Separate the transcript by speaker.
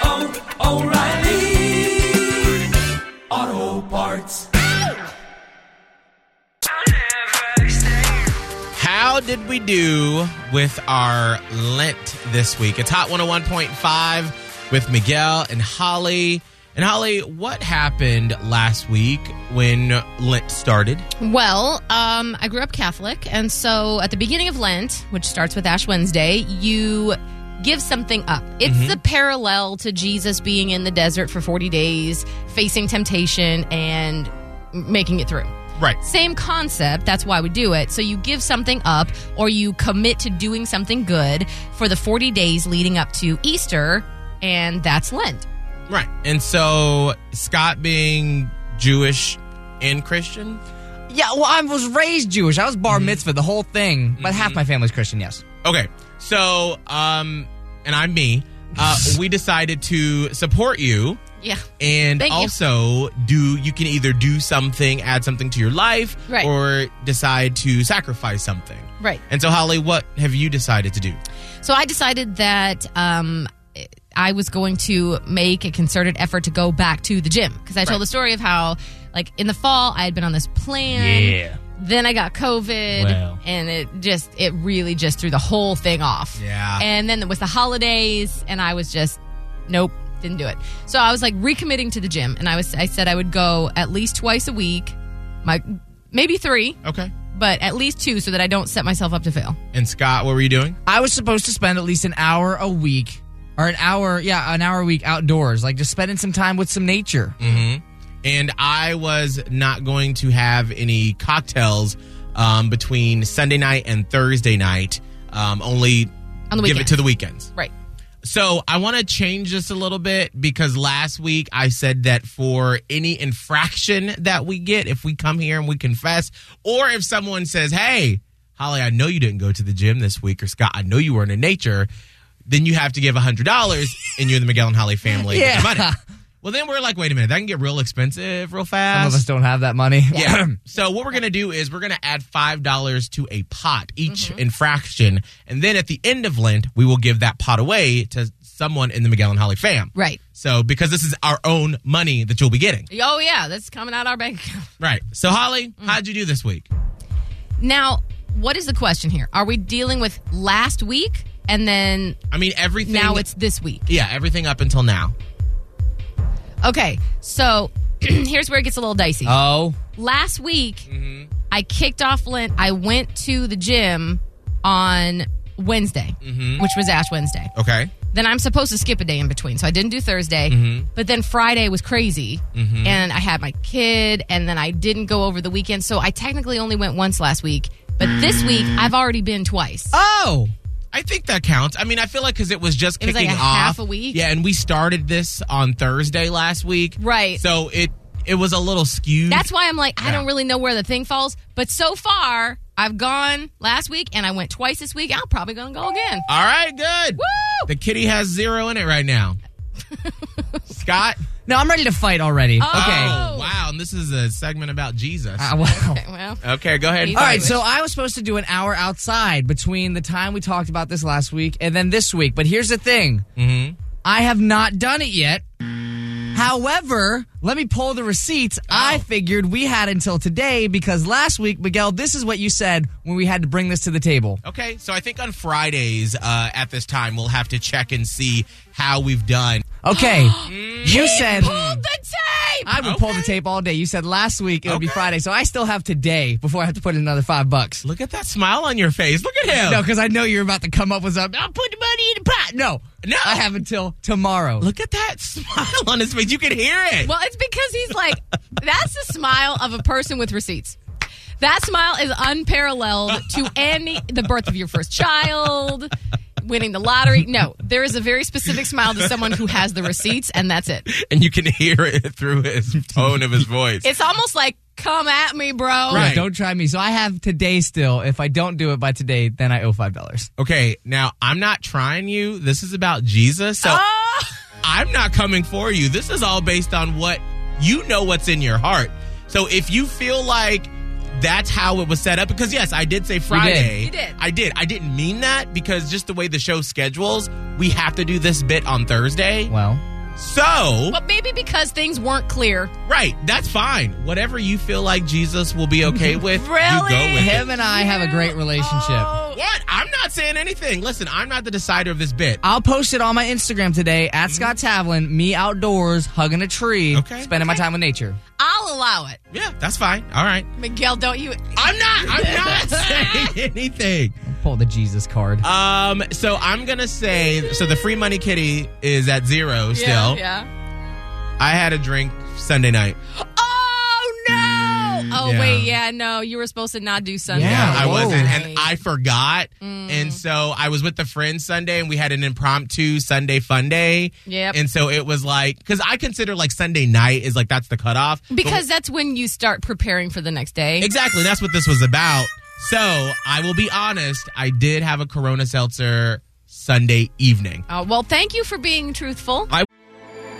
Speaker 1: oh, oh, O'Reilly! Auto Parts.
Speaker 2: How did we do with our Lent this week? It's Hot 101.5 with Miguel and Holly. And Holly, what happened last week when Lent started?
Speaker 3: Well, um, I grew up Catholic, and so at the beginning of Lent, which starts with Ash Wednesday, you give something up. It's the parallel to Jesus being in the desert for 40 days, facing temptation, and making it through.
Speaker 2: Right.
Speaker 3: Same concept. That's why we do it. So you give something up or you commit to doing something good for the 40 days leading up to Easter, and that's Lent.
Speaker 2: Right. And so Scott being Jewish and Christian?
Speaker 4: Yeah, well, I was raised Jewish. I was bar mitzvah, the whole thing. But half my family's Christian, yes.
Speaker 2: Okay. So, um, and I'm me. Uh, we decided to support you.
Speaker 3: Yeah.
Speaker 2: And
Speaker 3: Thank you.
Speaker 2: also, do you can either do something, add something to your life,
Speaker 3: Right.
Speaker 2: or decide to sacrifice something.
Speaker 3: Right.
Speaker 2: And so, Holly, what have you decided to do?
Speaker 3: So I decided that um, I was going to make a concerted effort to go back to the gym because I told the story of how, like, in the fall I had been on this plan.
Speaker 4: Yeah.
Speaker 3: Then I got COVID,
Speaker 4: Wow.
Speaker 3: and it just it really just threw the whole thing off.
Speaker 2: Yeah.
Speaker 3: And then it was the holidays, and I was just, nope, didn't do it. So I was like recommitting to the gym, and I was I said I would go at least twice a week, my maybe three,
Speaker 2: Okay.
Speaker 3: but at least two, so that I don't set myself up to fail.
Speaker 2: And Scott, what were you doing?
Speaker 4: I was supposed to spend at least an hour a week, or an hour, yeah, an hour a week outdoors, like just spending some time with some nature.
Speaker 2: And I was not going to have any cocktails um, between Sunday night and Thursday night. Um, only
Speaker 3: On the
Speaker 2: give it
Speaker 3: weekends.
Speaker 2: to the weekends.
Speaker 3: Right.
Speaker 2: So I want to change this a little bit because last week I said that for any infraction that we get, if we come here and we confess, or if someone says, "Hey, Holly, I know you didn't go to the gym this week," or Scott, I know you weren't in nature, then you have to give hundred dollars, and you and the Miguel and Holly family get the
Speaker 4: Yeah.
Speaker 2: money. Well, then we're like, wait a minute, that can get real expensive real
Speaker 4: Some
Speaker 2: fast.
Speaker 4: of us don't have that money.
Speaker 2: Mm-hmm. Yeah. so what we're gonna do is we're gonna add five dollars to a pot
Speaker 3: Mm-hmm.
Speaker 2: each infraction, and then at the end of Lent, we will give that pot away to someone in the Miguel and Holly fam.
Speaker 3: Right.
Speaker 2: So because this is our own money that you'll be getting.
Speaker 3: Oh yeah, that's coming out our bank account.
Speaker 2: Right. So Holly,
Speaker 3: Mm.
Speaker 2: how'd you do this week?
Speaker 3: Now, what is the question here? Are we dealing with last week and then
Speaker 2: I mean everything.
Speaker 3: now it's this week?
Speaker 2: yeah everything up until now.
Speaker 3: Okay, so here's where it gets a little dicey.
Speaker 2: Uh.
Speaker 4: Oh.
Speaker 3: last week, I kicked off Lent. I went to the gym on Wednesday, which was Ash Wednesday.
Speaker 2: Okay.
Speaker 3: Then I'm supposed to skip a day in between, so I didn't do Thursday. But then Friday was crazy, and I had my kid, and then I didn't go over the weekend, so I technically only went once last week. But this week, I've already been twice.
Speaker 4: Oh.
Speaker 2: I think that counts. I mean, I feel like because it was just
Speaker 3: It was
Speaker 2: kicking
Speaker 3: like a
Speaker 2: off
Speaker 3: half a week.
Speaker 2: Yeah, and we started this on Thursday last week.
Speaker 3: Right.
Speaker 2: So it it was a little skewed.
Speaker 3: That's why I'm like, I
Speaker 2: Yeah.
Speaker 3: don't really know where the thing falls. But so far, I've gone last week and I went twice this week. I'm probably going to go again.
Speaker 2: All right, good.
Speaker 3: Woo!
Speaker 2: The kitty has zero in it right now. Scott.
Speaker 4: No, I'm ready to fight already.
Speaker 3: Oh.
Speaker 4: Okay.
Speaker 2: Oh, wow. And this is a segment about Jesus.
Speaker 4: Uh, wow.
Speaker 3: Okay, well,
Speaker 2: okay, go ahead.
Speaker 3: He's-
Speaker 4: All right,
Speaker 3: Irish.
Speaker 4: so I was supposed to do an hour outside between the time we talked about this last week and then this week. But here's the thing
Speaker 2: Mhm.
Speaker 4: I have not done it yet. However, let me pull the receipts.
Speaker 2: Oh.
Speaker 4: I figured we had until today because last week, Miguel, this is what you said when we had to bring this to the table.
Speaker 2: Okay, so I think on Fridays uh, at this time, we'll have to check and see how we've done.
Speaker 4: Okay, you said
Speaker 3: hold the tape.
Speaker 4: I would pull
Speaker 2: Okay.
Speaker 4: the tape all day. You said last week it would be
Speaker 2: Okay.
Speaker 4: Friday, so I still have today before I have to put in another five bucks.
Speaker 2: Look at that smile on your face. Look at him.
Speaker 4: No, because I know you're about to come up with something. I'll put the money in the pot. No,
Speaker 2: No.
Speaker 4: I have until tomorrow.
Speaker 2: Look at that smile on his face. You can hear it.
Speaker 3: well, it's because he's like, that's the smile of a person with receipts. That smile is unparalleled to any the birth of your first child. winning the lottery. No, there is a very specific smile to someone who has the receipts, and that's it.
Speaker 2: and you can hear it through his tone of his voice.
Speaker 3: It's almost like, come at me, bro.
Speaker 2: Right.
Speaker 4: Don't try me. So I have today still. If I don't do it by today, then I owe five dollars.
Speaker 2: Okay, now I'm not trying you. This is about Jesus. So
Speaker 3: Oh,
Speaker 2: I'm not coming for you. This is all based on what you know what's in your heart. So if you feel like that's how it was set up, because yes, I did say Friday.
Speaker 3: You did.
Speaker 2: I did. I didn't mean that because just the way the show schedules, we have to do this bit on Thursday.
Speaker 4: Well,
Speaker 2: So,
Speaker 3: but maybe because things weren't clear.
Speaker 2: right, that's fine. Whatever you feel like Jesus will be okay with, you
Speaker 3: Really?
Speaker 2: go with it.
Speaker 4: him and I have a great relationship.
Speaker 3: Oh,
Speaker 2: What? I'm not saying anything. Listen, I'm not the decider of this bit.
Speaker 4: I'll post it on my Instagram today at Scott Tavlin. Me outdoors hugging a tree,
Speaker 2: Okay.
Speaker 4: spending my time with nature.
Speaker 3: I'll allow it.
Speaker 2: Yeah, that's fine. All right.
Speaker 3: Miguel, don't you?
Speaker 2: I'm not. I'm not saying anything.
Speaker 4: Pull the Jesus card.
Speaker 2: Um, so I'm gonna say so the free money kitty is at zero still.
Speaker 3: Yeah, yeah.
Speaker 2: I had a drink Sunday night.
Speaker 3: Oh, no. Oh,
Speaker 2: yeah.
Speaker 3: wait. Yeah, no. You were supposed to not do Sunday.
Speaker 4: Yeah,
Speaker 2: I
Speaker 4: whoa.
Speaker 2: wasn't, and
Speaker 3: Right.
Speaker 2: I forgot.
Speaker 3: Mm.
Speaker 2: And so I was with a friend Sunday, and we had an impromptu Sunday fun day.
Speaker 3: Yep.
Speaker 2: And so it was like because I consider like Sunday night is like that's the cutoff But-
Speaker 3: Because that's when you start preparing for the next day.
Speaker 2: Exactly. That's what this was about. So I will be honest. I did have a Corona seltzer Sunday evening.
Speaker 3: Uh, well, thank you for being truthful.